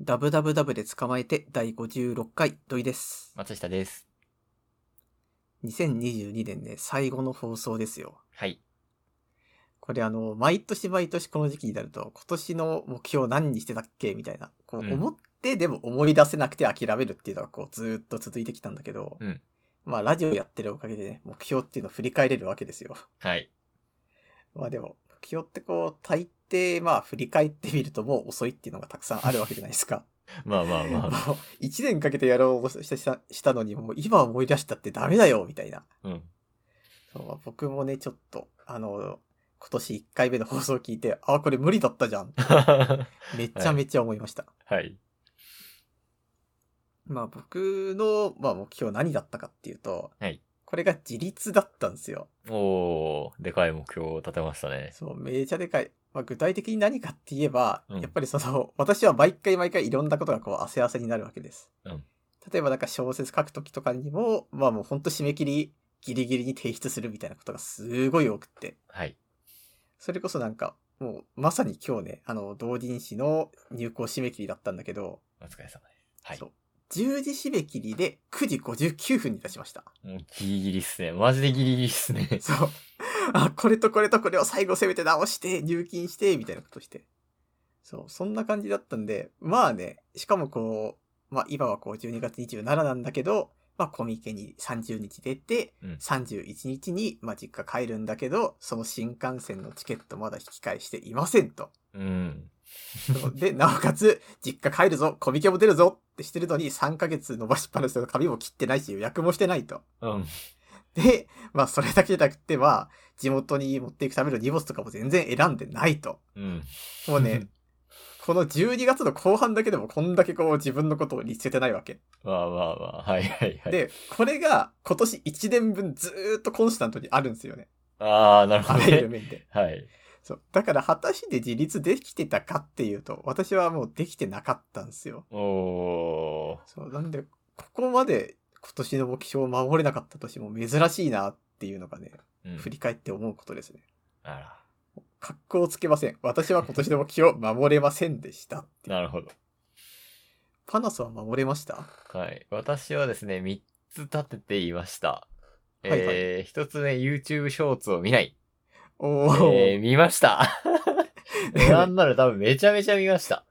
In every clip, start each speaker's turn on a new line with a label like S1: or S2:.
S1: ダブダブダブで捕まえて第56回土井です。
S2: 松下です。
S1: 2022年ね、最後の放送ですよ。
S2: はい。
S1: これあの、毎年毎年この時期になると、今年の目標何にしてたっけみたいな、こ
S2: うん
S1: う思って、でも思い出せなくて諦めるっていうのがこうずーっと続いてきたんだけど、
S2: うん
S1: まあラジオやってるおかげでね、目標っていうのを振り返れるわけですよ。
S2: はい。
S1: まあでも、目標ってこう、大抵まあ振り返ってみるともう遅いっていうのがたくさんあるわけじゃないですか。
S2: まあまあま
S1: も
S2: あ。
S1: う1年かけてやろうとしたしたしたのに、もう今思い出したってダメだよ、みたいな。
S2: うん。
S1: そう僕もね、ちょっと、あの、今年1回目の放送を聞いて、あ、これ無理だったじゃん。めちゃめちゃ思いました。
S2: はい。
S1: まあ僕の、まあ、目標何だったかっていうと、
S2: はい
S1: これが自立だったんですよ。
S2: おー、でかい目標を立てましたね。
S1: そう、めちゃでかい。まあ、具体的に何かって言えば、
S2: うん
S1: やっぱりその、 私は毎回毎回いろんなことがこう、汗汗になるわけです。
S2: うん
S1: 例えばなんか小説書くときとかにも、まあもうほんと締め切りギリギリに提出するみたいなことがすごい多くって、
S2: はい。
S1: それこそなんか、もうまさに今日ね、あの、同人誌の入稿締め切りだったんだけど、
S2: お疲れ様です。はい
S1: そう。10時締め切りで9時59分に出しました。
S2: もうギリギリっすね。マジでギリギリっすね。
S1: そう。あ、これとこれとこれを最後せめて直して、入金して、みたいなことして。そう、そんな感じだったんで、まあね、しかもこう、まあ今はこう12月27なんだけど、まあコミケに30日出て、
S2: うん
S1: 31日に、まあ実家帰るんだけど、その新幹線のチケットまだ引き返していませんと。
S2: うん。
S1: そうで、なおかつ、実家帰るぞ、コミケも出るぞってしてるのに3ヶ月伸ばしっぱなしの髪も切ってないし予約もしてないと。
S2: うん。
S1: で、まあそれだけじゃなくて、まあ地元に持っていくための荷物とかも全然選んでないと。
S2: うん。
S1: もうね、この12月の後半だけでもこんだけこう自分のことを律せてないわけ。
S2: まあまあまあ。はいはいはい。
S1: で、これが今年1年分ずーっとコンスタントにあるんですよね。
S2: あー、なる
S1: あ
S2: ほど
S1: らゆる
S2: ね。
S1: 面で。
S2: はい。
S1: そう。だから果たして自立できてたかっていうと、私はもうできてなかったんですよ。
S2: おー。
S1: そう。なんで、ここまで今年の目標を守れなかった年も珍しいなっていうのがね、
S2: うん
S1: 振り返って思うことですね。
S2: あ
S1: 格好をつけません。私は今年の目標を守れませんでした。
S2: ら。 なるほど。
S1: パナソは守れました
S2: はい。私はですね、3つ立てていました。
S1: いはい
S2: えー、1つ目、YouTube ショーツを見ない。
S1: おお、
S2: えー、見ました なんなら多分めちゃめちゃ見ました。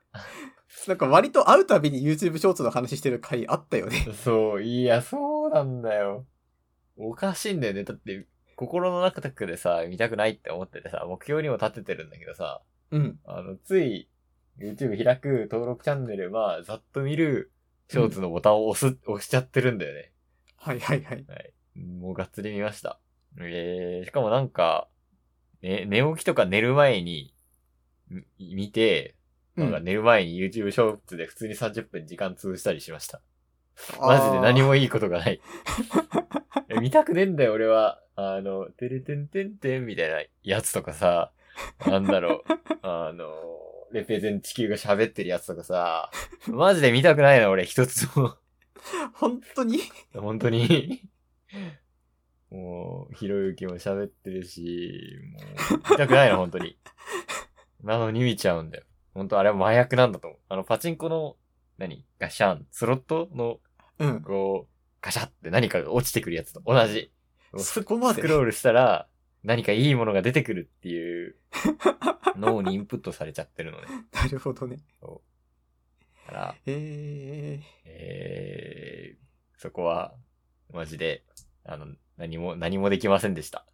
S1: なんか割と会うたびに YouTube ショーツの話してる回あったよね。
S2: そう、いや、そうなんだよ。おかしいんだよね。だって、心の中でさ、見たくないって思っててさ、目標にも立ててるんだけどさ、
S1: うん。
S2: あの、つい、YouTube 開く、登録チャンネル、まあ、ざっと見る、ショーツのボタンを押す、押しちゃってるんだよね。
S1: はいはいはい。
S2: もうがっつり見ました。えー、しかもなんか、ね、寝起きとか寝る前に、み見て、なんか
S1: うん
S2: 寝る前に YouTube ショーツで普通に30分時間潰したりしました。マジで何。もいいことがない。いや見たくねえんだよ、俺は。あの、てれてんてんてんみたいなやつとかさ、なんだろう、あの、レペゼン地球が喋ってるやつとかさ、マジで見たくないな、俺、一つも。
S1: あー本当に
S2: 本当に。もう、ひろゆきも喋ってるし、もう、痛くないな、本当に。なのに見ちゃうんだよ。本当あれは麻薬なんだと思う。あの、パチンコの、何ガシャン、スロットの、
S1: うん。
S2: こう、ガシャって何かが落ちてくるやつと同じ。もう
S1: そこま
S2: ス
S1: で
S2: ク。ロールしたら、何かいいものが出てくるっていう、脳にインプットされちゃってるのね。
S1: なるほどね。
S2: だから、
S1: え
S2: えー、そこは、マジで、あの、何も、何もできませんでした。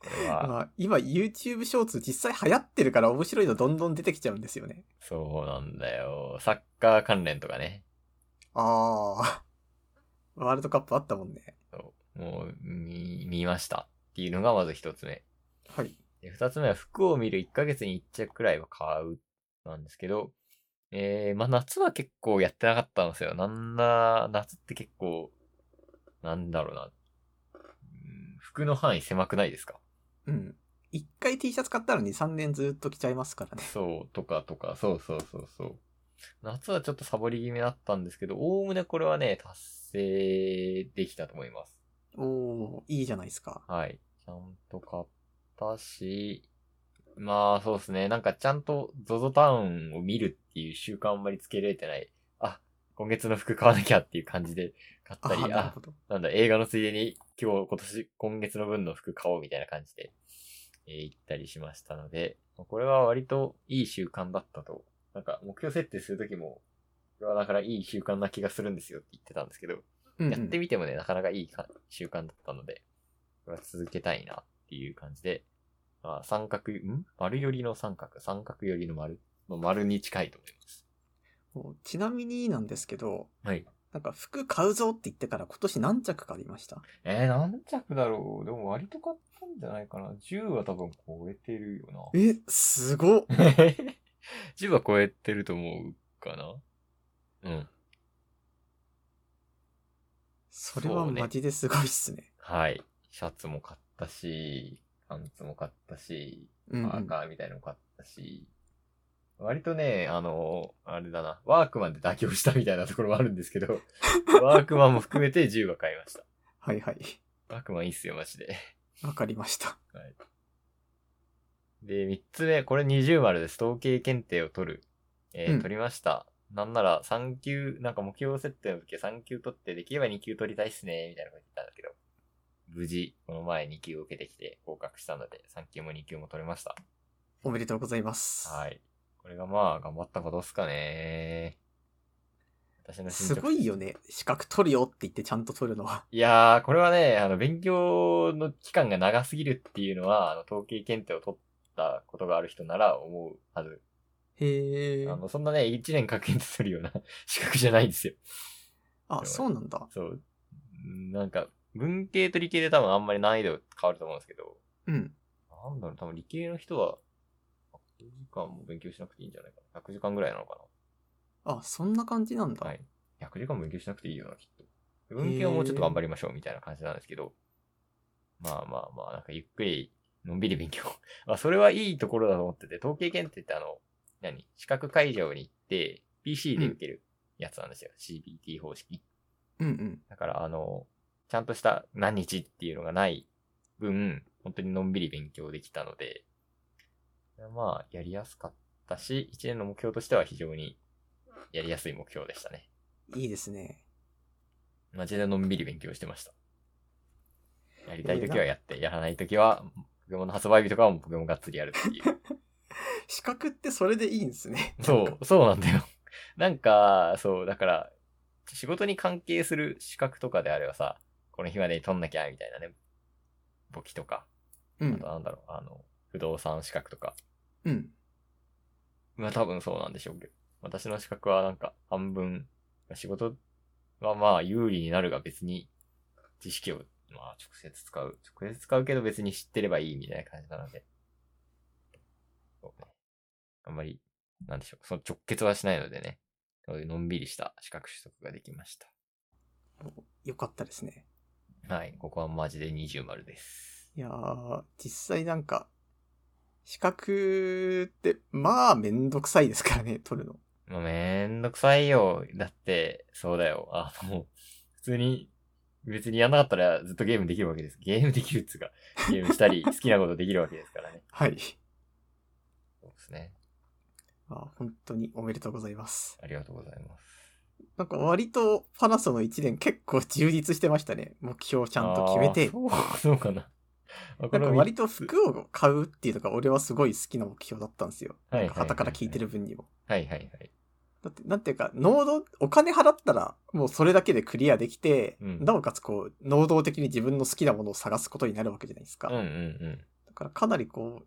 S2: これ
S1: ー。
S2: は、
S1: まあ、今 YouTube ショーツ実際流行ってるから面白いのどんどん出てきちゃうんですよね。
S2: そうなんだよ。サッカー関連とかね。
S1: ああ。ワールドカップあったもんね。
S2: そうもう、見、見ました。っていうのがまず一つ目。
S1: はい。
S2: で二つ目は服を見る1ヶ月に1着くらいは買う、なんですけど、えー、まあ夏は結構やってなかったんですよ。なんだ、夏って結構、なんだろうな。うん服の範囲狭くないですか
S1: うん。一回 T シャツ買ったのに3年ずっと着ちゃいますからね。
S2: そう、とかとか、そうそうそうそう。夏はちょっとサボり気味だったんですけど、おおむねこれはね、達成できたと思います。
S1: おおいいじゃないですか。
S2: はい。ちゃんと買ったし、まあ、そうですね。なんかちゃんと ZOZO タウンを見るっていう習慣あんまりつけられてない。あ、今月の服買わなきゃっていう感じで買った
S1: あ、
S2: り、
S1: なる
S2: あ
S1: ほ、ど。
S2: なんだ、映画のついでに今日、今年、今月の分の服買おうみたいな感じで、えー行ったりしましたので、これは割といい習慣だったと。なんか、目標設定するときも、これはだからいい習慣な気がするんですよって言ってたんですけど、
S1: うんうん
S2: やってみてもね、なかなかいいか習慣だったので、これは続けたいなっていう感じで、まあ、三角、ん丸寄りの三角、三角寄りの丸の丸に近いと思います。
S1: こうちなみになんですけど、
S2: はい。
S1: なんか服買うぞって言ってから今年何着かありました
S2: えー、何着だろうでも割と買ったんじゃないかな。10は多分超えてるよ
S1: え、すごっ
S2: な。10は 超えてると思うかな。うん。
S1: それはマジですごいっすね。
S2: はい。シャツも買ったし、パンツも買ったし、
S1: うんうん
S2: パーカーみたいのも買ったし、割とね、あの、あれだな、ワークマンで妥協したみたいなところもあるんですけど、ワークマンも含めて10は買いました。
S1: はいはい。
S2: ワークマンいいっすよ、マジで。
S1: わかりました。
S2: はい。で、3つ目、これ20丸です。統計検定を取る。えー
S1: うん
S2: 取りました。なんなら3級、なんか目標設定の時は3級取って、できれば2級取りたいっすね、みたいなこと言ったんだけど、無事、この前2級を受けてきて合格したので、3級も2級も取れました。
S1: おめでとうございます。
S2: はい。これがまあ、頑張ったことっすかね。私の進
S1: す
S2: 捗
S1: ごいよね。資格取るよって言ってちゃんと取るのは。
S2: いやー、これはね、あの、勉強の期間が長すぎるっていうのは、あの、統計検定を取ったことがある人なら思うはず。
S1: へえ。
S2: あの、そんなね、1年かけて取るような 資格じゃないんですよ。
S1: あ、そうなんだ。
S2: そう。うんなんか、文系と理系で多分あんまり難易度変わると思うんですけど、
S1: うん。
S2: なんだろう、多分理系の人は、100時間も勉強しなくていいんじゃないかな。100時間ぐらいなのか
S1: あ、そんな感じなんだ。
S2: な。はい。100時間も勉強しなくていいよな、きっと。文系はもうちょっと頑張りましょう、みたいな感じなんですけど、まあまあまあ、なんかゆっくり、のんびり勉強。 まあ、それはいいところだと思ってて、統計検定ってあの、何資格会場に行って、PC で受けるやつなんですよ。CBT 方式。
S1: うんうん。
S2: だから、あの、ちゃんとした何日っていうのがない分、本当にのんびり勉強できたので、まあ、やりやすかったし、1年の目標としては非常にやりやすい目標でしたね。
S1: いいですね。
S2: マジでのんびり勉強してました。やりたいときはやって、やらないときは、ポケモンの発売日とかはもうポケモンがっつりやるっていう。
S1: 資格ってそれでいいんですね。
S2: そう、そうなんだよ。なんか、そう、だから、仕事に関係する資格とかであればさ、この日までに取んなきゃ、みたいなね、簿記とか、
S1: う
S2: あ
S1: ん
S2: と。なんだろう、あの、不動産資格とか。
S1: うん。
S2: まあ多分そうなんでしょうけど。私の資格はなんか半分、仕事はまあ有利になるが別に知識をまあ直接使う。直接使うけど別に知ってればいいみたいな感じなので。そうね。あんまり、なんでしょう。その直結はしないのでね。そういうのんびりした資格取得ができました。
S1: よかったですね。
S2: はい。ここはマジで二重丸です。
S1: いやー、実際なんか、資格って、まあ、めんどくさいですからね、 取るの。
S2: まあ、めんどくさいよ。だって、そうだよ。あの、普通に、別にやんなかったらずっとゲームできるわけです。ゲームできるっつうか、ゲームし たり、好きなことできるわけですからね。
S1: はい。
S2: そうですね。
S1: あ本当におめでとうございます。
S2: ありがとうございます。
S1: なんか割とパナソの1年結構充実してましたね。目標をち
S2: ち
S1: ゃんと決めて。
S2: そう、そうかな。あ
S1: な
S2: こ
S1: ん
S2: の
S1: か割と服を買うっていうのが俺はすごい好きな目標だったんですよ。
S2: はいはい
S1: なんか旗から聞いてる分にも。
S2: はいはいはい。
S1: だって、なんていうか、能動、お金払ったらもうそれだけでクリアできて、
S2: うん
S1: なおかつこう、能動的に自分の好きなものを探すことになるわけじゃないですか。
S2: うんうんうん。
S1: だからかなりこう、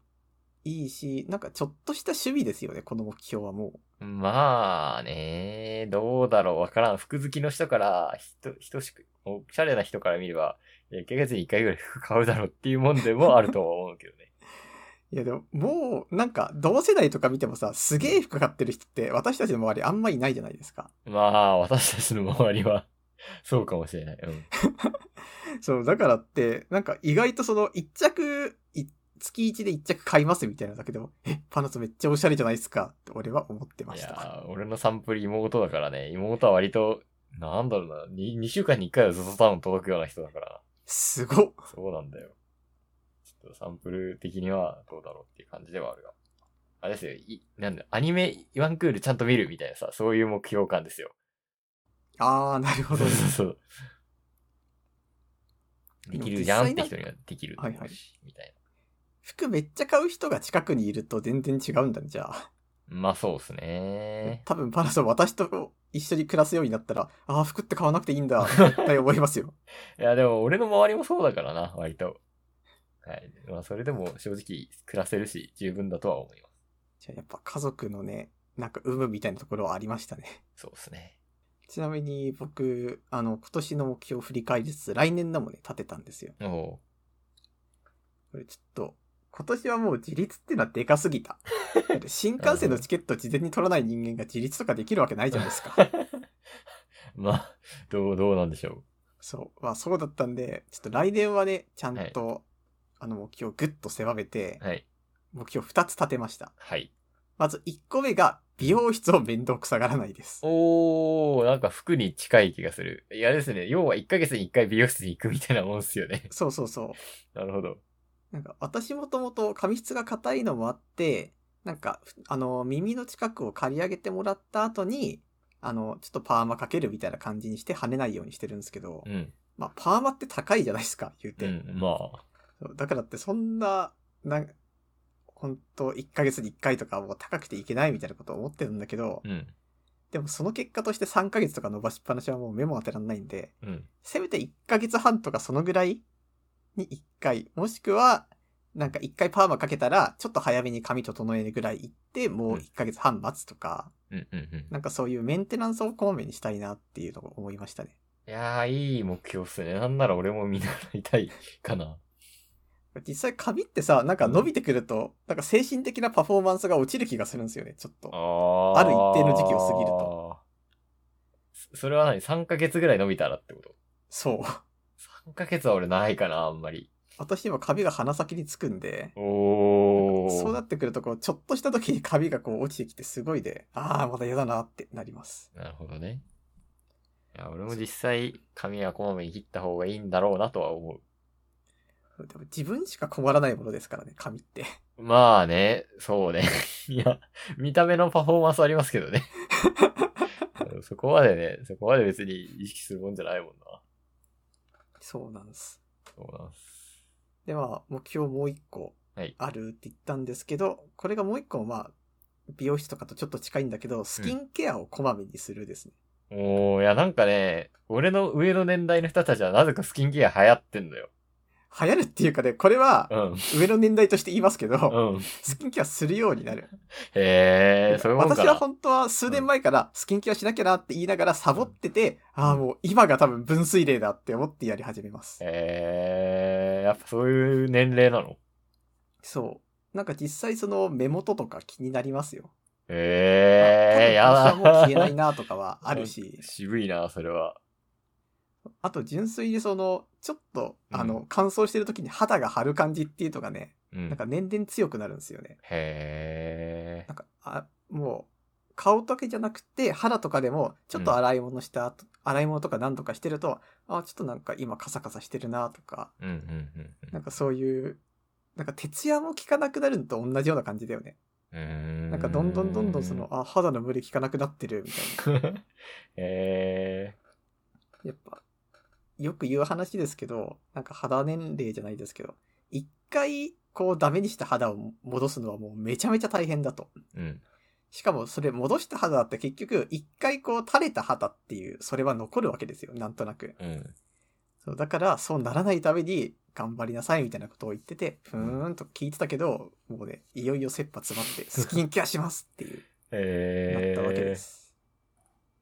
S1: いいし、なんかちょっとした趣味ですよね、この目標はも
S2: まあね、どうだろう、わからん。服好きの人から、ひと、ひとしく、おしゃれな人から見れば、いや1ヶ月に1回ぐらい服買うだろうっていうもんでもあるとは思うけどね。
S1: う。いやでも、もう、なんか、同世代とか見てもさ、すげえ服買ってる人って、私たちの周りあんまいないじゃないですか。
S2: まあ、私たちの周りは、 そうかもしれない。うん。
S1: そう、だからって、なんか意外とその、一着、い月一で一着買いますみたいなだけでも、え、パナソめっちゃおしゃれじゃないですかって俺は思ってま
S2: い
S1: した。
S2: やー、俺のサンプル妹だからね、妹は割と、なんだろうな、2, 週間に1回はずっとタウン届くような人だから。
S1: すごっ。
S2: そうなんだよ。ちちょっとサンプル的にはどうだろうっていう感じではあるが。あれですよ、い、なんだ、アニメワンクールちゃんと見るみたいなさ、そういう目標感ですよ。
S1: ああ、なるほど
S2: そう。そうそう。
S1: で
S2: で
S1: も
S2: きるじゃんっ
S1: 実際な
S2: て人にはできると思うし、
S1: はいはい
S2: みたい
S1: 服めっちゃ買う人が近くにいると全然違うんだね、じゃあ。
S2: な。まあそうですね。
S1: 多分パラソン私と一緒に暮らすようになったら、ああ、服って買わなくていいんだ、絶対思いますよ。
S2: いや、でも俺の周りもそうだからな、割と。はい。まあそれでも正直暮らせるし、十分だとは思います。
S1: じゃあやっぱ家族のね、なんか有無みたいなところはありましたね。
S2: そうですね。
S1: ちなみに僕、あの、今年の目標を振り返りつつ、来年のもね、立てたんですよ。
S2: おお
S1: これちょっと、今年はもう自立っていうのはでかすぎた。だって新幹線のチケット事前に取らない人間が自立とかできるわけないじゃないですか。
S2: ー。 まあ、どう、どうなんでしょ
S1: そう。まあそうだったんで、ちょっと来年はね、ちゃんと、あの目標をぐっと狭めて
S2: う。、はい。
S1: 目標2つ立てました。
S2: はい。
S1: まず1個目が、美容室を面倒くさがらないです。。
S2: おー、なんか服に近い気がする。いやですね、要は1ヶ月に1回美容室に行くみたいなもんっすよね
S1: そうそうそう。
S2: なるほど。
S1: なんか私もともと髪質が硬いのもあって、なんか、ふあの、耳の近くを刈り上げてもらった後に、あの、ちょっとパーマかけるみたいな感じにして跳ねないようにしてるんですけど、
S2: うん。
S1: まあ、パーマって高いじゃないですか、言う
S2: う
S1: て。
S2: ん、まあ。
S1: そうだからってそんな、なんほんと1ヶ月に1回とかもう高くていけないみたいなことを思ってるんだけど、
S2: うん。
S1: でもその結果として3ヶ月とか伸ばしっぱなしはもう目も当てらんないんで、
S2: うん。
S1: せめて1ヶ月半とかそのぐらいに1回、もしくは、なんか1回パーマかけたら、ちょっと早めに髪整えるぐらい行って、もう1ヶ月半待つとか、
S2: うん、うん、うん。
S1: なんかそういうメンテナンスをこまめにしたいなっていうのを思いましたね。
S2: いやー、いい目標っすね。なんなら俺も見習いたいかな。
S1: 実際髪ってさ、なんか伸びてくると、なんか精神的なパフォーマンスが落ちる気がするんですよね、ちょっと。
S2: あ
S1: ある一定の時期を過ぎると。
S2: そそれは何 ?3 ヶ月ぐらい伸びたらってこと
S1: そう。
S2: ?3 ヶ月は俺ないかな、あんまり。
S1: 私今髪が鼻先につくんで、
S2: おー。
S1: そうなってくるとこう、ちょっとした時に髪がこう落ちてきてすごいで、ああ、また嫌だなってなります。
S2: なるほどね。いや、俺も実際、髪はこまめに切った方がいいんだろうなとは思
S1: でも自分しか困らないものですからね、髪って。
S2: う。まあね、そうね。 いや、見た目のパフォーマンスはあります けどね。そこまでね、そこまで別に意識するもんじゃないもんな。
S1: そうなんです。
S2: そうなんです。
S1: で、まあ、目標もう一個
S2: はい
S1: あるって言ったんですけど、これがもう一個、まあ、美容室とかとちょっと近いんだけど、スキンケアをこまめにするですね。
S2: おー、いやなんかね、俺の上の年代の人たちはなぜかスキンケア流行ってんだよ。
S1: 流行るっていうかね、これは
S2: う、ん。
S1: 上の年代として言いますけど、
S2: うん。
S1: スキンケアするようになる。
S2: へー、そういうもんか
S1: 私
S2: な。
S1: は本当は数年前からスキンケアしなきゃなって言いながらサボってて、ああ、もう今が多分分水嶺だって思ってやり始めます。
S2: へー、やっぱそういう年齢なの
S1: そう。なんか実際その目元とか気になりますよ。
S2: へー、や
S1: あ
S2: だ。、
S1: 多分私はもう消えないなとかはあるし
S2: 渋いな、それは。
S1: あと純粋にその、ちょっと、
S2: うん
S1: あの、乾燥してる時に肌が張る感じっていうのがね、
S2: うん。
S1: なんか年々強くなるんですよね。
S2: へ
S1: なんか、あ、もう、顔だけじゃなくて、肌とかでも、ちょっと洗い物した後、洗い物とか何とかしてると、あ、ちょっとなんか今カサカサしてるなとか、
S2: ー。うんうんうん
S1: なんかそういう、なんか徹夜も効かなくなるのと同じような感じだよね。
S2: うん。うー
S1: なんかどんどんどんどんその、。あ、肌の無理効かなくなってるみたいな。
S2: へ
S1: やっぱ、よく言う話ですけど、なんか肌年齢じゃないですけど、一回、こうダメにした肌を戻すのはもうめちゃめちゃ大変だと。
S2: ー。うん。
S1: しかもそれ戻した肌だって結局、一回こう垂れた肌っていう、それは残るわけですよ、なんとなく。
S2: うん。
S1: そうだから、そうならないために頑張りなさいみたいなことを言ってて、ふーんと聞いてたけど、もうね、いよいよ切羽詰まって、スキンケアしますっていう、なっ
S2: へー。
S1: たわけで。す。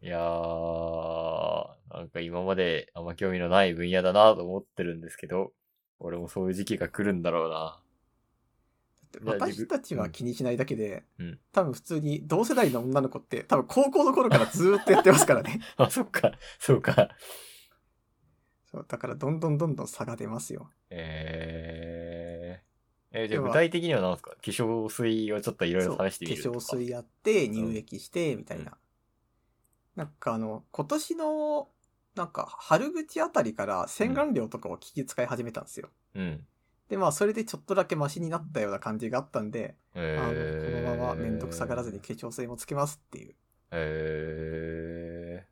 S2: いやー、なんか今まであんま興味のない分野だなと思ってるんですけど、俺もそういう時期が来るんだろうな。
S1: だって私たちは気にしないだけで、
S2: うん
S1: 多分普通に同世代の女の子って多分高校の頃からずーっとやってますから ね
S2: あ、そっか、そうか。
S1: そうだからどんどんどんどん差が出ますよ
S2: えー。え、じゃあ
S1: 要は
S2: 具体的には何ですか化粧水をちょっといろいろ試してみる
S1: そ
S2: と
S1: う化
S2: か。
S1: 粧水やって乳液してみたいな、
S2: うん
S1: なんかあの今年のなんか春口あたりから洗顔料とかを聞き使い始めたんですよ、
S2: うん。
S1: で、まあ、それでちょっとだけマシになったような感じがあったんで、あのこ
S2: え
S1: のままめん
S2: ん
S1: どくさがらずに化粧水もつけますっていう。
S2: え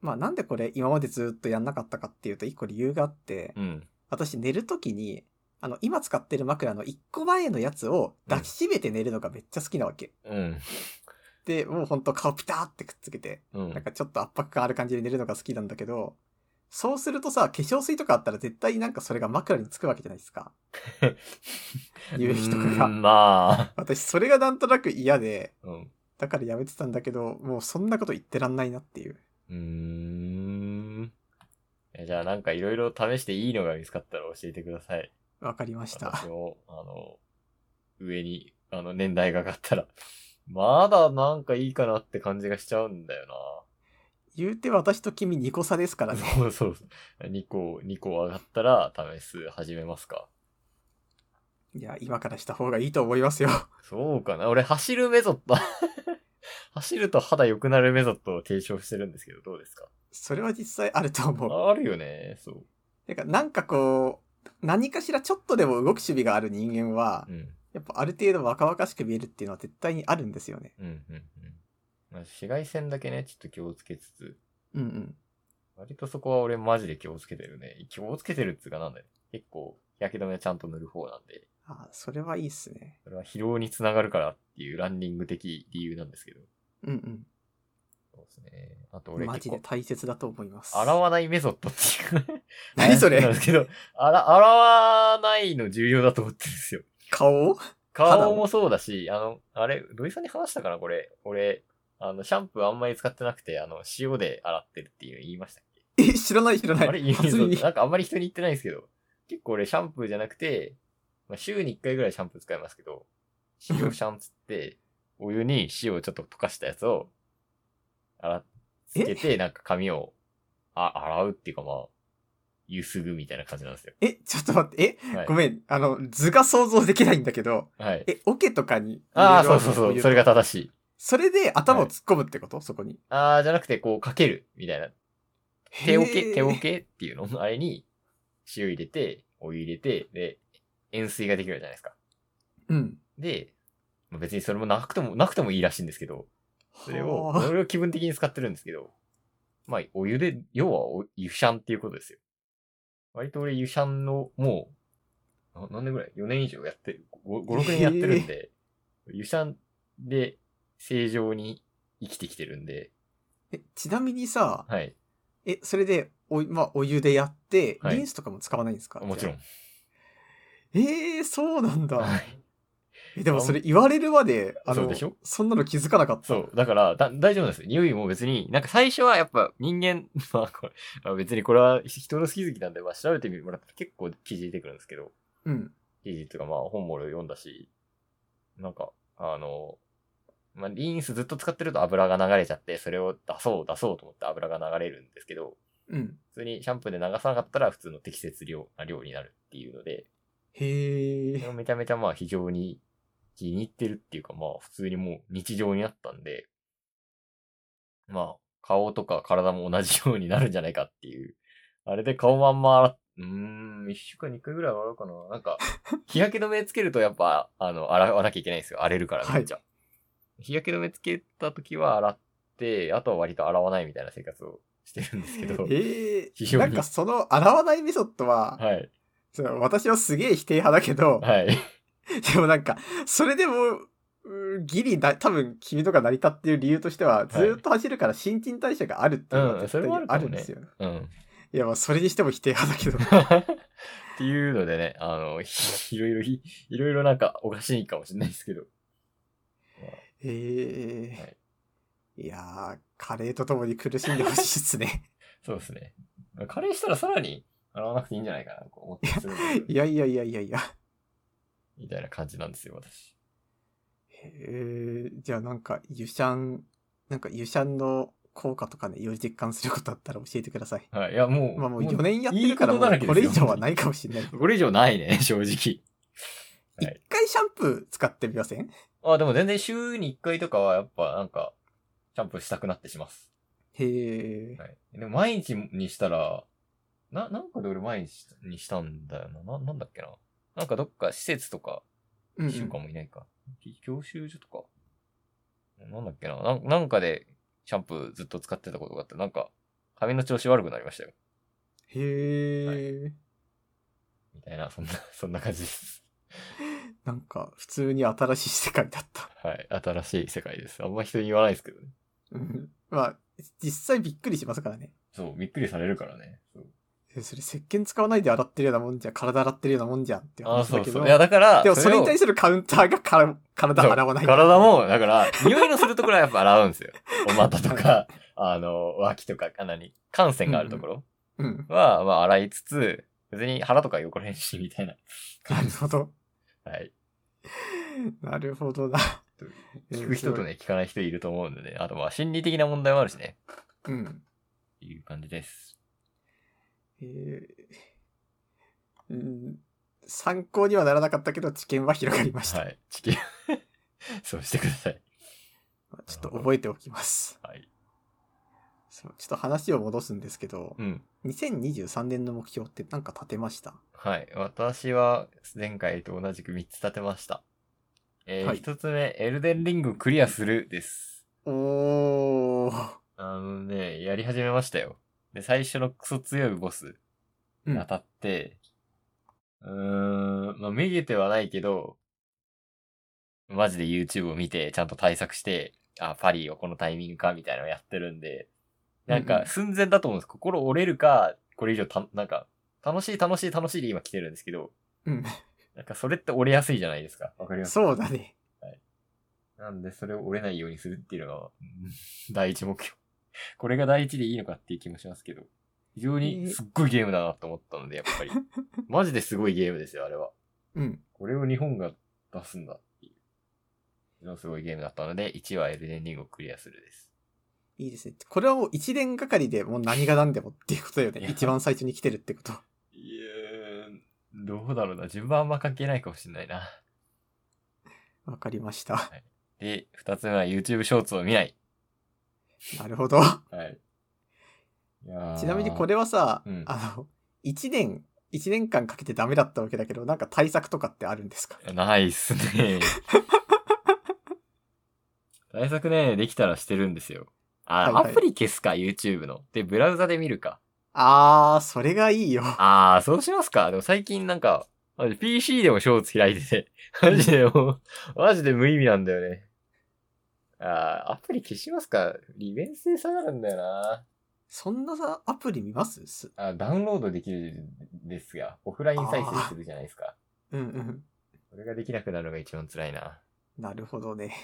S1: まあ、なんでこれ今までずっとやんなかったかっていうと、一個理由があって
S2: ー、うん。
S1: 私寝るときに、あの、今使ってる枕の一個前のやつを抱きしめて寝るのがめっちゃ好きなわけ。
S2: うん。
S1: で、もうほんと顔ピターってくっつけて、
S2: うん
S1: なん。かちょっと圧迫感ある感じで寝るのが好きなんだけど、そうするとさ、化粧水とかあったら絶対なんかそれが枕につくわけじゃないです か。言う人と
S2: うー
S1: かが。
S2: んまあ。
S1: 私、それがなんとなく嫌で、
S2: うん。
S1: だからやめてたんだけど、もうそんなこと言ってらんないなっていう。
S2: うーん。えじゃあなんかいろいろ試していいのが見つかったら教えてください。
S1: わかりました
S2: 私。も、あの、上に、あの、年代が上がったら、 まだなんかいいかなって感じがしちゃうんだよ
S1: 言うて私と君2個差ですから
S2: な。
S1: ね。
S2: そうそうそう。2個、2個上がったら試す、始めますか。
S1: いや、今からした方がいいと思いますよ。
S2: そうかな。俺、走るメソッド。 走ると肌良くなるメソッドを提唱してるんですけど、どうですか
S1: それは実際あると思う。
S2: あるよね、そう。
S1: てか、なんかこう、何かしらちょっとでも動く趣味がある人間は
S2: う、ん。
S1: やっぱある程度若々しく見えるっていうのは絶対にあるんですよね。
S2: うん、うん、うん。まあ紫外線だけね、ちょっと気をつけつつ、
S1: うんうん。
S2: 割とそこは俺マジで気をつけてるね。気をつけてるっつうかなんだよ。結構、日焼け止めちゃんと塗る方なんで、
S1: あそれはいいっすね。
S2: それは疲労につながるからっていうランニング的理由なんですけど。
S1: うん
S2: そうですね。あと
S1: うん。
S2: 俺
S1: マ
S2: 結
S1: ジで
S2: 構、
S1: 大切だと思います。
S2: 洗わないメソッドっていう。
S1: 何そ
S2: なん
S1: れ
S2: ですけど、洗、洗わないの重要だと思ってるんですよ。
S1: 顔
S2: 顔もそうだし、あの、あれ、土井さんに話したかなこれ、俺、あの、シャンプーあんまり使ってなくて、あの、塩で洗ってるっていうの言いましたっけ
S1: え、知らない知らない。
S2: あれ、言
S1: 初
S2: う
S1: 耳
S2: なんかあんまり人に言ってないんですけど、結構俺シャンプーじゃなくて、まあ、週に1回ぐらいシャンプー使いますけど、塩シャンつって、お湯に塩をちょっと溶かしたやつを、洗っつけて、なんか髪を、あ、洗うっていうかまあ、ゆすぐみたいな感じなんですよ。
S1: え、ちょっと待って、え、
S2: はい
S1: ご。めん、あの、図が想像できないんだけど、
S2: はい。
S1: え、オケとかに。
S2: ああ、そうそうそう。それが
S1: た。
S2: 正しい。
S1: それで頭を突っ込むってこと、そこに。
S2: ああ、じゃなくて、こう、かける、みたいな。手お
S1: へ
S2: け、
S1: ー
S2: 手おけっていうのあれに、塩入れて、お湯入れて、で、塩水ができるじゃないですか。
S1: うん。
S2: で、まあ別にそれもなくても、なくてもいいらしいんですけど、それを、
S1: はあ
S2: それを気分的に使ってるんですけど、まあ、お湯で、要はお、湯シャンっていうことですよ。割と俺、湯シャンの、もう、な何年ぐらい ?4 年以上やってる。5、6年やってるんで、湯シャンで正常に生きてきてるんで、
S1: えちなみにさ、
S2: はい。
S1: え、それで、お、まあ、お湯でやって、
S2: はい
S1: リンスとかも使わないんですか
S2: もちろ
S1: ん。
S2: ん。
S1: えー、そうなんだ。
S2: はい
S1: えでもそれ言われるまで、あ
S2: そう
S1: の
S2: でしょ、
S1: そんなの気づかなかった。
S2: そう。だから、だ、大丈夫なんですよ。匂いも別に、なんか最初はやっぱ人間、 まあこれ、まあ別にこれは人の好き好きなんで、まあ調べてみてもらったら結構記事出てくるんですけど、
S1: うん。
S2: 記事とかまあ本も俺読んだし、なんか、あの、まあリンスずっと使ってると油が流れちゃって、それを出そう出そうと思って油が流れるんですけど、
S1: うん。
S2: 普通にシャンプーで流さなかったら普通の適切量、あ量になるっていうので、
S1: へ
S2: それ
S1: え。
S2: をめちゃめちゃまあ非常に気に入ってるっていうかまあ普通にもう日常になったんで、まあ顔とか体も同じようになるんじゃないかっていう。あれで顔まんま洗っ、うーん、一週間に一回ぐらいは洗うかな。なんか、日焼け止めつけるとやっぱ、あの、洗わなきゃいけないんですよ。荒れるからめっちゃ。日焼け止めつけた時は洗って、あとは割と洗わないみたいな生活をしてるんですけど。
S1: え
S2: 非
S1: ー、
S2: 常
S1: なん
S2: に
S1: かその洗わないメソッドは、
S2: はい。
S1: その私はすげえ否定派だけど、
S2: はい。
S1: でもなんか、それでも、うーギリな、多分君とか成り立っていう理由としては、ずーっと走るから新陳代謝があるっていうの
S2: うん
S1: は絶対
S2: それはあるか
S1: あ
S2: もね
S1: るんですよね。
S2: うん。
S1: いや、まあそれにしても否定派だけど。
S2: っていうのでね、あの、 ひいろいろひ、いろいろなんかおかしいかもしれないですけど。
S1: ええ
S2: はい
S1: いやー、カレーとともに苦しんでほしいっす ね。
S2: そうですね。カレーしたらさらに洗わなくていいんじゃないかな、こう思ってするんですけど
S1: いやいやいやいやいや。
S2: みたいな感じなんですよ、私。
S1: えー、じゃあなんか、油シャン、なんか油シャンの効果とかね、より実感することあったら教えてください。
S2: はい。いや、もう。
S1: まあもう4年やってるから、もうこれ以上はないいかもしれない。
S2: い ことだらけですよ。これ以上ないね、正直。
S1: 一、
S2: はい
S1: 回シャンプー使ってみません
S2: あ、でも全然週に1回とかはやっぱなんか、シャンプーしたくなってします。
S1: へえ、
S2: はい。でも毎日にしたら、な、なんかで俺毎日にしたんだよな。な、なんだっけな。なんかどっか施設とか、
S1: うんうん
S2: 週間もいないか。教習所とか。なんだっけななんなんかでシャンプーずっと使ってたことがあって、なんか髪の調子悪くなりましたよ。
S1: へえ。
S2: みたいな、そん な、そんな感じです。
S1: なんか、普通に新しい世界だった。
S2: はい。新しい世界です。あんま人に言わないですけどね。
S1: うん。まあ、実際びっくりしますからね。
S2: そう、びっくりされるからね。そう
S1: えそれ、石鹸使わないで洗ってるようなもんじゃん、体洗ってるようなもんじゃんっていう
S2: あ
S1: 話
S2: あ、そ
S1: だ
S2: う
S1: け
S2: そ
S1: ど。
S2: う。いや、だから、
S1: でも、それ
S2: を
S1: に対するカウンターがから体洗わない。
S2: そう体も、だから、匂いのするところはやっぱ洗うんですよ。お股とか、 あの、脇とか、かなり、汗腺があるところ
S1: うん。
S2: は、まあ、洗いつつ、別に腹とか横らへんし、みたい な
S1: な
S2: 感
S1: る
S2: じ。
S1: ほど。
S2: はい。
S1: なるほどな。
S2: 聞く人とね、聞かない人いると思うんでね。あと、まあ、心理的な問題もあるしね。
S1: うん。
S2: いう感じです。
S1: えーうん、参考にはならなかったけど、知見は広がりました。
S2: はい。地球。 そうしてください。
S1: ちょっと覚えておきます。
S2: はい。
S1: そうちょっと話を戻すんですけど、
S2: うん。
S1: 2023年の目標ってなんか立てました
S2: はい。私は、前回と同じく3つ立てました。えー
S1: はい
S2: 1つ目、エルデンリングクリアするです。
S1: おー。
S2: あのね、やり始めましたよ。で、最初のクソ強いボス
S1: う
S2: に
S1: ん
S2: 当たって、うーん、まあ、めげてはないけど、マジで YouTube を見て、ちゃんと対策して、あ、パリをこのタイミングか、みたいなのをやってるんで、なん
S1: うんう
S2: か
S1: ん
S2: 寸前だと思うんです。心折れるか、これ以上た、なんか、楽しい楽しい楽しいで今来てるんですけど、
S1: うん。
S2: なんかそれって折れやすいじゃないですか。わかります
S1: そうだね。
S2: なんで、それを折れないようにするっていうのが、うん第一目標。これが第一でいいのかっていう気もしますけど、非常
S1: えー
S2: にすっごいゲームだなと思ったので、やっぱ り。マジですごいゲームですよ、あれは。
S1: うん。
S2: これを日本が出すんだっていう。非常にすごいゲームだったので、1はエルデンリングをクリアするです。
S1: いいですね。これはもう一年がかりでもう何が何でもっていうことだよね
S2: い。や
S1: 一番最初に来てるってこと。
S2: いやー、どうだろうな。順番あんま関係ないかもしれないな。
S1: わかりました。
S2: で、2つ目は YouTube ショーツを見ない。
S1: なるほど。
S2: はい。
S1: ちなみにこ
S2: れ、
S1: れはさ、
S2: うん
S1: あの、一年、一年間かけてダメだったわけだけど、なんか対策とかってあるんですか
S2: ないっすね。 対策ね、できたらしてるんですよ。あ、
S1: はいはい
S2: アプリ消すか、YouTube の。で、ブラウザで見るか。
S1: あー、それがいいよ。
S2: あー、そうしますか。でも最近なんか、マジ PC でもショーツ開いて て、マジでもう、マジで無意味なんだよね。あー、アプリ消しますか。利便性下がるんだよな。
S1: そんなさ、アプリ見ますす
S2: あ、ダウンロードできるんですが、オフライン再生するじゃないですか。
S1: うんうん。
S2: これができなくなるのが一番辛いな。
S1: なるほどね。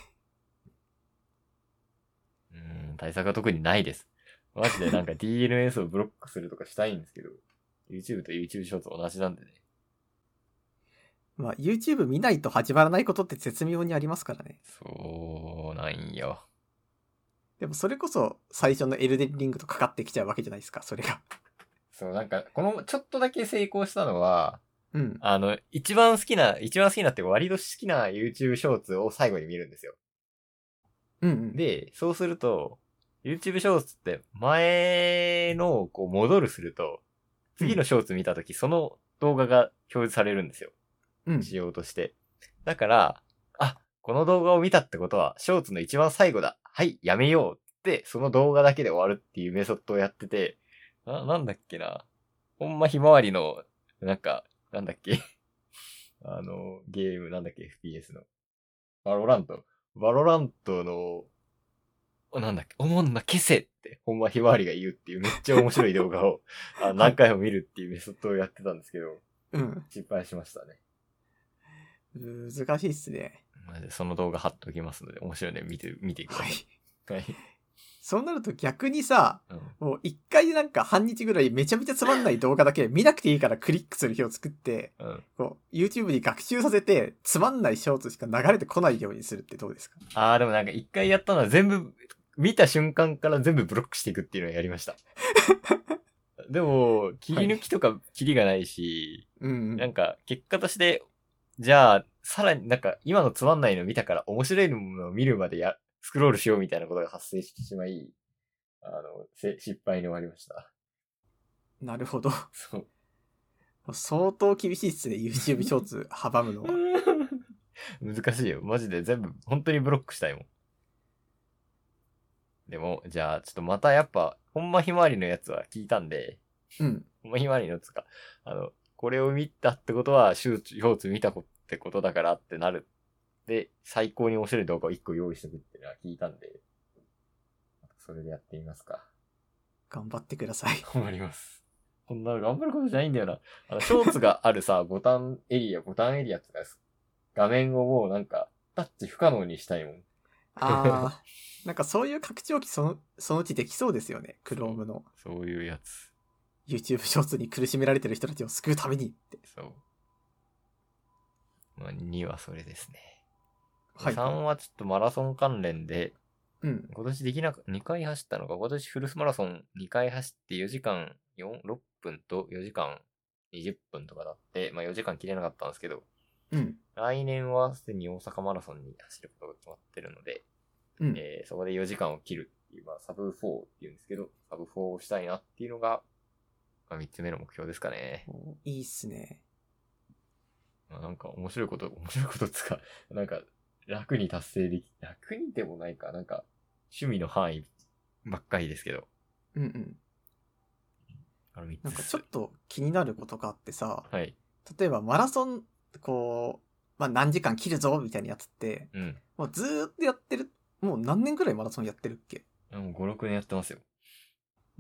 S2: うーん、対策は特にないです。マジでなんか DNS をブロックするとかしたいんですけど、YouTube と YouTube ショート同じなんでね。
S1: まあ、YouTube 見ないと始まらないことって絶妙にありますからね。
S2: そうなんよ。
S1: でもそれこそ最初のエルデンリングとかかってきちゃうわけじゃないですか、それが。
S2: そう、なんか、このちょっとだけ成功したのは、
S1: うん。
S2: あの、一番好きな、一番好きなっていうか割と好きな YouTube ショーツを最後に見るんですよ。
S1: うんうん。
S2: で、そうすると、YouTube ショーツって前のをこう戻るすると、次のショーツ見たとき、その動画が表示されるんですよ。
S1: うん。
S2: しようとして。だから、あ、この動画を見たってことは、ショーツの一番最後だ。はい、やめようって、その動画だけで終わるっていうメソッドをやってて、な、なんだっけな。ほんまひまわりの、なんか、なんだっけ。 あの、ゲーム、なんだっけ、FPS の。バロラント。バロラントの、おなんだっけ、おもんな消せって、ほんまひまわりが言うっていう、めっちゃ面白い動画を、 あ何回も見るっていうメソッドをやってたんですけど、
S1: うん。
S2: 失敗しましたね。
S1: 難しいっすね。
S2: マジでその動画貼っておきますので、面白いね。見て、見てくだ
S1: は
S2: さ
S1: い
S2: い。。はい。
S1: そうなると逆にさ、
S2: うん
S1: もう一回なんか半日ぐらいめちゃめちゃつまんない動画だけ見なくていいからクリックする日を作って、
S2: うん。
S1: こう、YouTube に学習させて、つまんないショーツしか流れてこないようにするってどうですか
S2: あー、でもなんか一回やったのは全部、見た瞬間から全部ブロックしていくっていうのをやりました。 でも、切り抜きとか切りがないし、
S1: うんう
S2: なん
S1: ん。
S2: か結果として、じゃあ、さらになんか今のつまんないの見たから面白いのを見るまでや、スクロールしようみたいなことが発生してしまい、あの、せ失敗に終わりました。
S1: なるほど。
S2: そう。
S1: 相当厳しいっすね、YouTube ショーツ阻むのは。
S2: 難しいよ。マジで全部、本当にブロックしたいもん。でも、じゃあ、ちょっとまたやっぱ、ほんまひまわりのやつは聞いたんで、
S1: うん。
S2: ほんまひまわりのやつか、あの、これを見たってことは、シューツ見たこってことだからってなる。で、最高に面白い動画を1個用意してくっていうのは聞いたんで、それでやってみますか。
S1: 頑張ってくださ い。
S2: 頑張ります。こんな頑張ることじゃないんだよな。あの、ショーツがあるさ、ボタンエリア、ボタンエリアってやつ画面をもうなんか、タッチ不可能にしたいもん。
S1: あー、なんかそういう拡張器その、そのうちできそうですよね。Chrome の
S2: そういうやつ。
S1: YouTube ショーツに苦しめられてる人たちを救うためにって。
S2: そう。まあ、2はそれですね。
S1: はい。
S2: 3はちょっとマラソン関連で、
S1: うん。
S2: 今年できなく、2回走ったのか、今年フルスマラソン2回走って4時間4、6分と4時間20分とかだって、まあ4時間切れなかったんですけど、
S1: うん。
S2: 来年はすでに大阪マラソンに走ることが決まってるので、
S1: うん。
S2: えーそこで4時間を切るっていう、まあ、サブ4っていうんですけど、サブ4をしたいなっていうのが、まあ、3つ目の目標ですかね。
S1: おいいっすね。
S2: まあ、なんか面白いこと、 面白いことっつうか、なんか楽に達成でき、楽にでもないか、なんか趣味の範囲ばっかりですけど、
S1: うんうん。
S2: あの3つ
S1: なん
S2: っ
S1: か
S2: す
S1: ちょっと気になることがあってさ、
S2: はい。
S1: 例えばマラソン、こう、まあ、何時間切るぞみたいなやつって、
S2: うん。
S1: もうずーっとやってる、もう何年くらいマラソンやってるっけ
S2: もう5、6年やってますよ。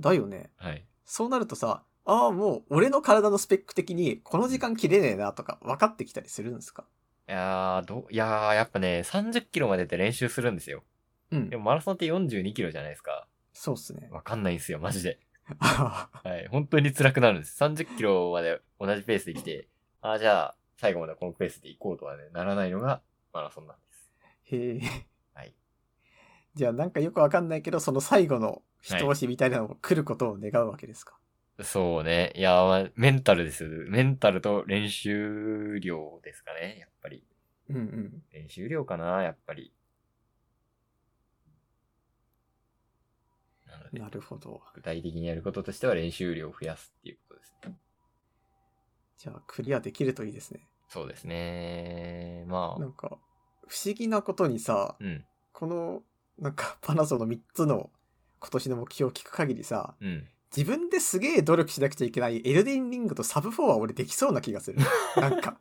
S1: だよね。
S2: はい。
S1: そうなるとさ、ああ、もう俺の体のスペック的にこの時間切れねえなとか分かってきたりするんですか
S2: いやー、どう、いやー、やっぱね、30キロまでって練習するんですよ。
S1: うん
S2: で。もマラソンって42キロじゃないですか。
S1: そうっすね。
S2: わかんないんですよ、マジで。
S1: ああ
S2: はい、本当に辛くなるんです。30キロまで同じペースで来て、ああ、じゃあ、最後までこのペースで行こうとはね、ならないのがマラソンなんです。
S1: へえ。
S2: はい。
S1: じゃあなんかよく分かんないけど、その最後の一押しみたいなのが来ることを願うわけですか。
S2: そうね。いや、まあメンタルですよ。メンタルと練習量ですかね、やっぱり。
S1: うんうん。
S2: 練習量かな、やっぱり。なので
S1: な、るほど。
S2: 具体的にやることとしては練習量を増やすっていうことですね。
S1: じゃあクリアできるといいですね。
S2: そうですね。ま
S1: な
S2: あ、
S1: んか、不思議なことにさ、
S2: うん、
S1: この、なんか、パナソの3つの今年の目標を聞く限りさ、
S2: うん。
S1: 自分ですげえ努力しなくちゃいけないエルデンリングとサブ4は俺できそうな気が する。なんか。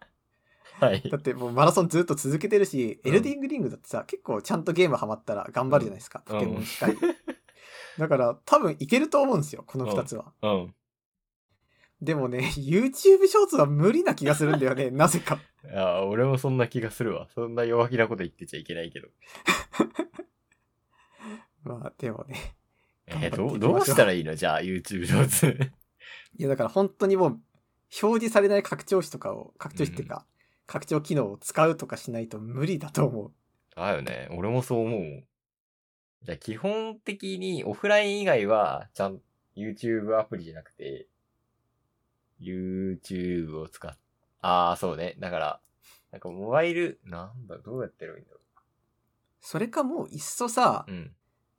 S2: はい
S1: だ。ってもうマラソンずっと続けてるし、
S2: うん
S1: エルディングリングだってさ、結構ちゃんとゲームハマったら頑張るじゃない ですか、
S2: う
S1: ポ
S2: ん
S1: ケモン機械。だから多分いけると思うんですよ、この2つは。
S2: うん。
S1: でもね、YouTube ショーツは無理な気がするんだよね、なぜか。
S2: いやー、俺もそんな気がするわ。そんな弱気なこと言ってちゃいけないけど。
S1: まあでもね。
S2: えー、
S1: 頑張
S2: ど
S1: っていきましょう
S2: う、どうしたらいいのじゃあ、YouTube 上手。
S1: いやだから本当にもう、表示されない拡張子とかを、拡張子っていうか、拡張機能を使うとかしないと無理だと思う。
S2: だよね。俺もそう思うもん。じゃあ、基本的にオフライン以外は、ちゃん、YouTube アプリじゃなくて、YouTube を使っ、ああ、そうね。だから、なんかモバイル、なんだ、どうやってるばいいんだろ
S1: それかもういっそさ、
S2: う。うん。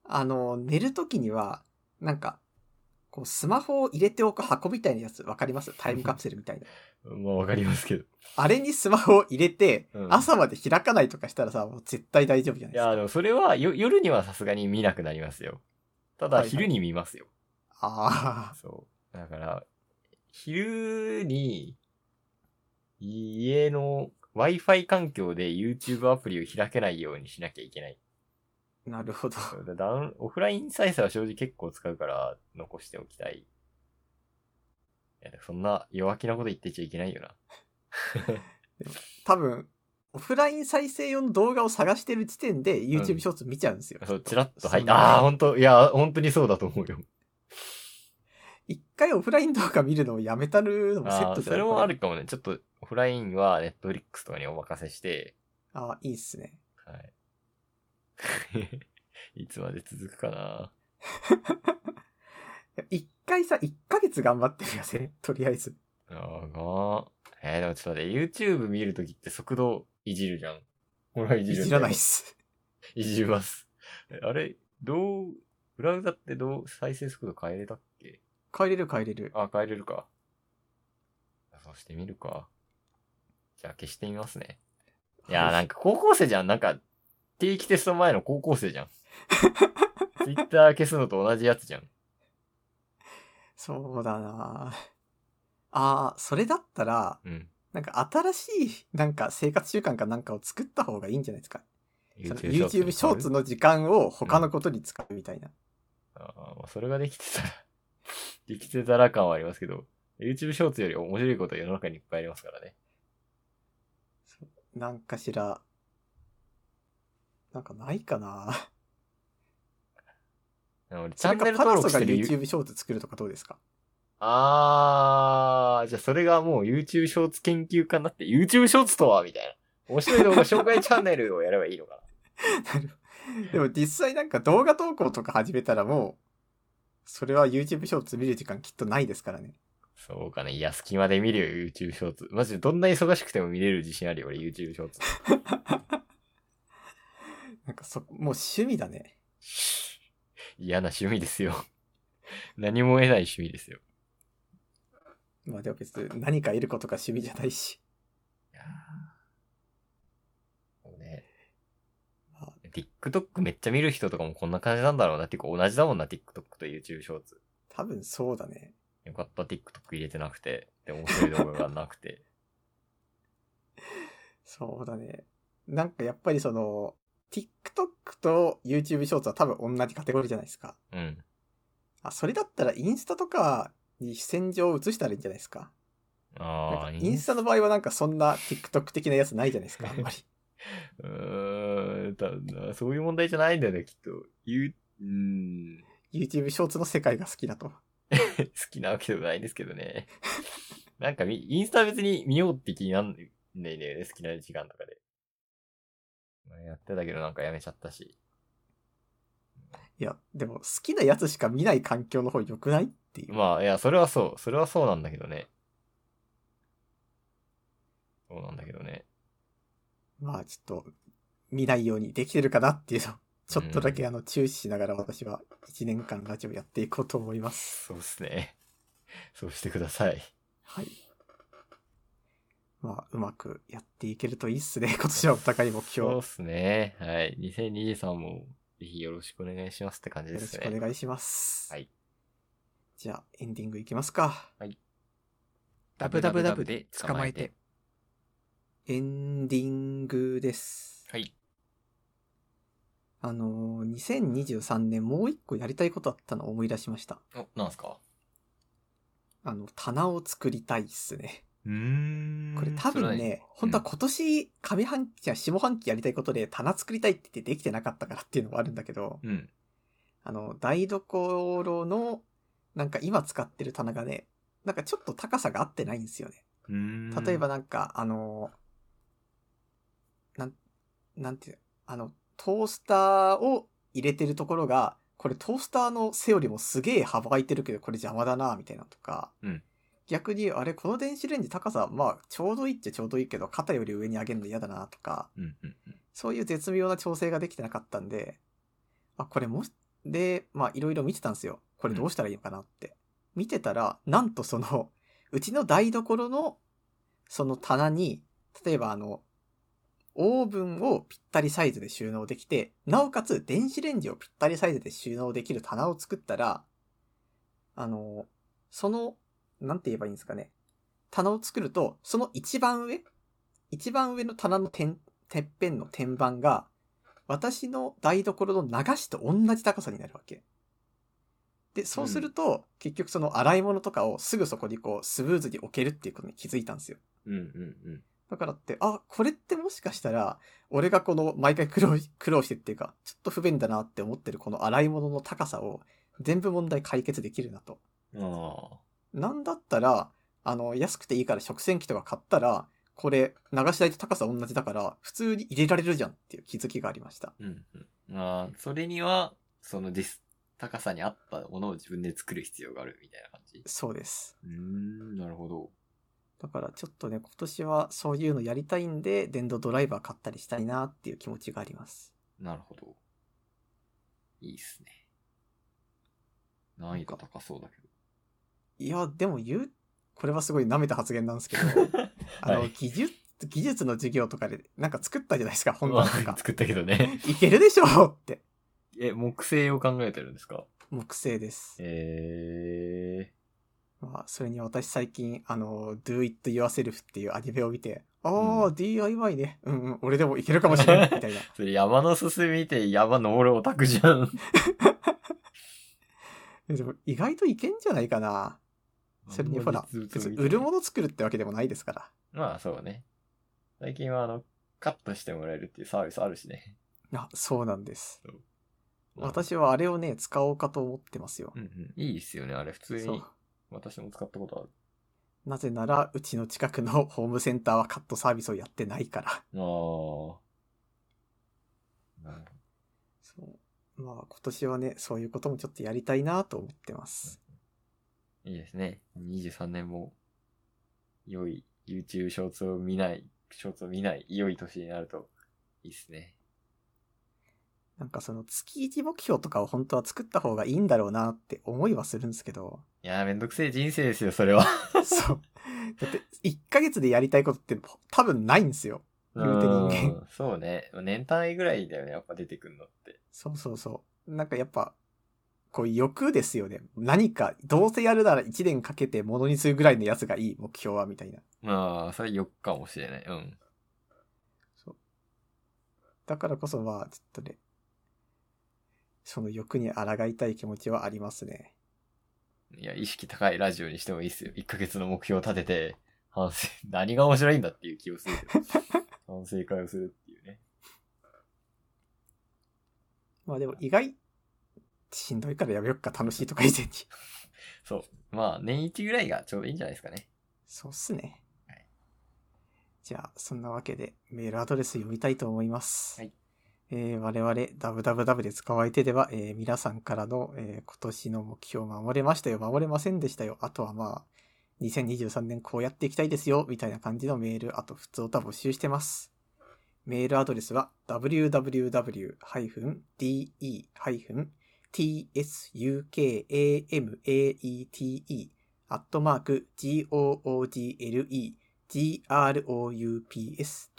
S1: あの、寝るときには、なんか、こう、スマホを入れておく箱みたいなやつ、わかりますタイムカプセルみた いな。
S2: まあ、わかりますけど。
S1: あれにスマホを入れて
S2: う、ん
S1: 朝まで開かないとかしたらさ、もう絶対大丈夫じゃない
S2: い
S1: ですか。
S2: やー、でもそれは、よ、夜にはさすがに見なくなりますよ。ただ、
S1: はいはい
S2: 昼に見ますよ。
S1: ああ、
S2: そう。だから、昼に、家の Wi-Fi 環境で YouTube アプリを開けないようにしなきゃいけない。
S1: なるほど。
S2: そうだダウンオフライン再生は正直結構使うから残しておきたい。いやでもそんな弱気なこと言ってちゃいけないよな。
S1: 多分、オフライン再生用の動画を探してる時点で
S2: う
S1: YouTube
S2: ん
S1: ショーツ見ちゃうんですよ。
S2: そう、ちらっと入
S1: そ
S2: っ
S1: ん
S2: て、
S1: な
S2: ああー、ほんと、いや、本当にそうだと思うよ。
S1: 一回オフライン動画見るのをやめたるの もセッ
S2: あ
S1: ト
S2: ー
S1: じ
S2: そ
S1: ゃない
S2: れもあ。
S1: こ
S2: るかもね。ちょっと、オフラインは Netflix とかにお任せして、
S1: ああ、いいっすね。
S2: はい。いつまで続くかな。
S1: いや一回さ、一ヶ月頑張ってるよ ね。とりあえず。
S2: ああ、えー、でもちょっと待って、YouTube 見るときって速度いじるじゃん。俺はいじ
S1: い
S2: るんだよ
S1: じらないっ。 す。
S2: いじります。えあれ、どう、ブラウザってどう、再生速度変えれたっけ
S1: 帰れる帰れる。
S2: あ、変えれるか。そうしてみるか。じゃあ消してみますね。いやーなんか高校生じゃん。なんか、定期テスト前の高校生 じゃん。ツイッター消すのと同じやつじゃん。
S1: そうだなあー、それだったら、
S2: うん。
S1: なんか新しい、なんか生活習慣かなんかを作った方がいいんじゃないですか。その YouTube ショーツの時間を他のことに使うみたいな。
S2: あーまあ、それができてたら、 できてたら感はありますけど、YouTube ショーツより面白いこと世の中にいっぱいありますからね。
S1: なんかしら、なんかないかな
S2: あのチ
S1: そ
S2: ャ
S1: れ
S2: ン
S1: か
S2: ネル
S1: パ
S2: 登
S1: ラソ
S2: 録し
S1: が
S2: てる
S1: YouTube ショーツ作るとかどうですか
S2: あー、じゃあそれがもう YouTube ショーツ研究家になって、YouTube ショーツとはみたいな。面白い動画紹介チャンネルをやればいいのかな。
S1: でも実際なんか動画投稿とか始めたらもう、それは YouTube ショーツ見る時間きっとないですからね。
S2: そうかね。いや、隙間で見るよ、YouTube ショーツ。マジでどんな忙しくても見れる自信あるよ、俺 YouTube ショーツ。
S1: なんかそ、もう趣味だね。
S2: 嫌な趣味ですよ。 何も得ない趣味ですよ。
S1: まあでも別に何か得ることが趣味じゃないし。
S2: いやーもうね
S1: まあ
S2: TikTok めっちゃ見る人とかもこんな感じなんだろうな。てか同じだもんな、TikTok と YouTube ショーツ。
S1: 多分そうだね。
S2: よかった、TikTok 入れてなくて。で、面白い動画がなくて。
S1: そうだね。なんかやっぱりその、TikTok と YouTube ショーツは多分同じカテゴリーじゃないですか。
S2: うん。
S1: あ、それだったらインスタとかに戦場を移したらいいんじゃないですか。
S2: あ
S1: な
S2: あ、
S1: んかインスタの場合はなんかそんな TikTok 的なやつないじゃないですか、あんまり。
S2: うーん、だな、そういう問題じゃないんだよね、きっと。言う、うーん、
S1: YouTube ショーツの世界が好きだと。
S2: 好きなわけでもないんですけどね。 なんかみ、インスタは別に見ようって気になんないんだよね、好きな時間とかで。まあやってたけどなんかやめちゃったし。
S1: いや、でも好きなやつしか見ない環境の方良くないっていう。
S2: まあ、いや、それはそう。それはそうなんだけどね。そうなんだけどね。
S1: まあちょっと、見ないようにできてるかなって いうのをちょっとだ
S2: う
S1: けあの注視しながら私は1年間ラジオやっていこうと思います。
S2: そうっすね。そうしてください。
S1: はい。まあ、うまくやっていけるといいっすね。 今年はお互い目標。
S2: そう
S1: よ
S2: っすね。はい。2023も、ぜひよろしくお願いしますって感じで
S1: ろ
S2: す
S1: し
S2: ね。
S1: くお願いします。
S2: はい。
S1: じゃあ、エンディングいきますか。
S2: ダブダブダブで捕まえて。
S1: エンディングです。
S2: はい。
S1: あのー、2023年もう一個やりたいことあったのを思い出しました。
S2: お、なんすか
S1: あの、棚を作りたいっすね。
S2: うーん
S1: これ多分ね、本当は今年上半期や下半期やりたいことで棚作りたいって言ってできてなかったからっていうのもあるんだけど、
S2: うん。
S1: あの、台所の、なんか今使ってる棚がね、なんかちょっと高さが合ってないんですよね。
S2: うーん
S1: 例えば、なんか、あの、なん、なんていう、あの、トースターを入れてるところが、これトースターの背よりもすげえ幅空いてるけど、これ邪魔だな、みたいなのとか、
S2: うん
S1: 逆に、あれ、この電子レンジ高さ、まあ、ちょうどいいっちゃちょうどいいけど、肩より上に上げるの嫌だな、とか、
S2: うんうんうん。
S1: そういう絶妙な調整ができてなかったんで、あ、これもし、で、まあいろいろ見てたんですよ。これどうしたらいいのかなって。見てたら、なんとその、 うちの台所の、その棚に、例えばあの、オーブンをぴったりサイズで収納できて、なおかつ電子レンジをぴったりサイズで収納できる棚を作ったら、あの、その、なんて言えばいいんですかね。棚を作ると、その一番上一番上の棚の点てっぺんの天板が、私の台所の流しと同じ高さになるわけ。で、そうすると、結局その洗い物とかをすぐそこにこう、スムーズに置けるっていうことに気づいたんですよ。
S2: うんうんうん。
S1: だからって、あ、これってもしかしたら、俺がこの、毎回苦労、苦労してっていうか、ちょっと不便だなって思ってるこの洗い物の高さを、全部問題解決できるなと。
S2: あ
S1: なんだったら、あの、安くていいから食洗機とか買ったら、これ、流し台と高さ同じだから、普通に入れられるじゃんっていう気づきがありました。
S2: あ。うんうん。ああ、それには、そのディス、高さに合ったものを自分で作る必要があるみたいな感じ。
S1: そうです。
S2: うーん、なるほど。
S1: だからちょっとね、今年はそういうのやりたいんで、電動ドライバー買ったりしたいなっていう気持ちがあります。
S2: なるほど。いいっすね。難易度高そうだけど。
S1: いや、でも言う、これはすごい舐めた発言なんですけど、あの、技術、技術の授業とかで、なんか作ったじゃないですか、 本
S2: まあ
S1: 棚とか。
S2: 作ったけどね。
S1: いけるでしょうって。
S2: え、木星を考えてるんですか
S1: 木星です。
S2: え
S1: まあ、それに私最近、あの、Do It Yourself っていうアニメを見て、ああ、
S2: う
S1: DIY ね。うんうん、俺でもいけるかも しれない、みたいな。
S2: ー、それ山のすすみて山登るオタクじゃん。
S1: でも意外といけんじゃないかな。 それにほら、別に売るもの作るってわけでもないですから。
S2: まあそうね。最近はあの、カットしてもらえるっていうサービスあるしね。
S1: あ、そうなんです。
S2: まあ。
S1: 私はあれをね、使おうかと思ってますよ
S2: う。んうん。いいっすよね、あれ。普通
S1: そう
S2: に。私も使ったことある。
S1: なぜなら、うちの近くのホームセンターはカットサービスをやってないから。
S2: ああ。なる
S1: そう。まあ、今年はね、そういうこともちょっとやりたいなと思ってます。
S2: いいですね。23年も、良い、YouTube ショーツを見ない、ショーツを見ない、良い年になると、いいですね。
S1: なんかその月一目標とかを本当は作った方がいいんだろうなって思いはするんですけど、
S2: いやー、めんどくせえ人生ですよ、それは。
S1: そう。だって、1ヶ月でやりたいことって多分ないんですよ。言うて人間
S2: うん そうね。年単位ぐらいだよね、やっぱ出てくんのって。
S1: そうそうそう。なんかやっぱ、こう欲ですよね。何か、どうせやるなら1年かけてものにするぐらいのやつがいい目標は、みたいな。
S2: まあ、それはよっかもしれない。うん。
S1: だからこそまあ、ちょっとね、その欲に抗いたい気持ちはありますね。
S2: いや、意識高いラジオにしてもいいっすよ。1ヶ月の目標を立てて、反省、 何が面白いんだっていう気を するけど。反省会をするっていうね。
S1: まあでも意外、しんどいからやめよっか、楽しいとか以前に。
S2: そう。まあ、年一ぐらいがちょうどいいんじゃないですかね。
S1: そうっすね
S2: はい。
S1: じゃあ、そんなわけでメールアドレス読みたいと思います。
S2: はい
S1: えー我々、www で使われてでは、えー皆さんからの、えー今年の目標守れましたよ、守れませんでしたよ、あとはまあ、2023年こうやっていきたいですよ、みたいな感じのメール、あと、普通歌募集してます。メールアドレスは www-de-tsukamate アットマーク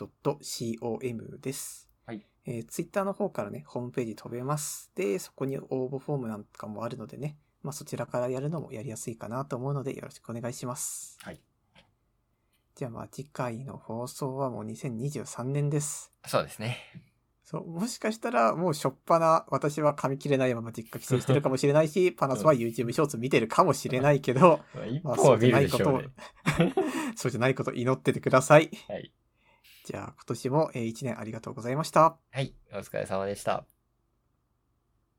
S1: googlegroups.com です。
S2: はい
S1: えー、ツイッターの方からね、ホームページ飛べます。で、そこに応募フォームなんかもあるのでね、まあそちらからやるのもやりやすいかなと思うのでよろしくお願いします。
S2: はい。
S1: じゃあまあ次回の放送はもう2023年です。
S2: そうですね。
S1: そう、もしかしたらもうしょっぱな私は噛み切れないまま実家帰省してるかもしれ ないし、パナソは YouTube ショーツ見てるかもしれないけど、
S2: まあ、一
S1: まあ
S2: 本は見るでしょうね。
S1: そうじゃないことを祈っててください。
S2: はい。
S1: じゃあ今年も1年ありがとうございました。
S2: はい。お疲れ様でした。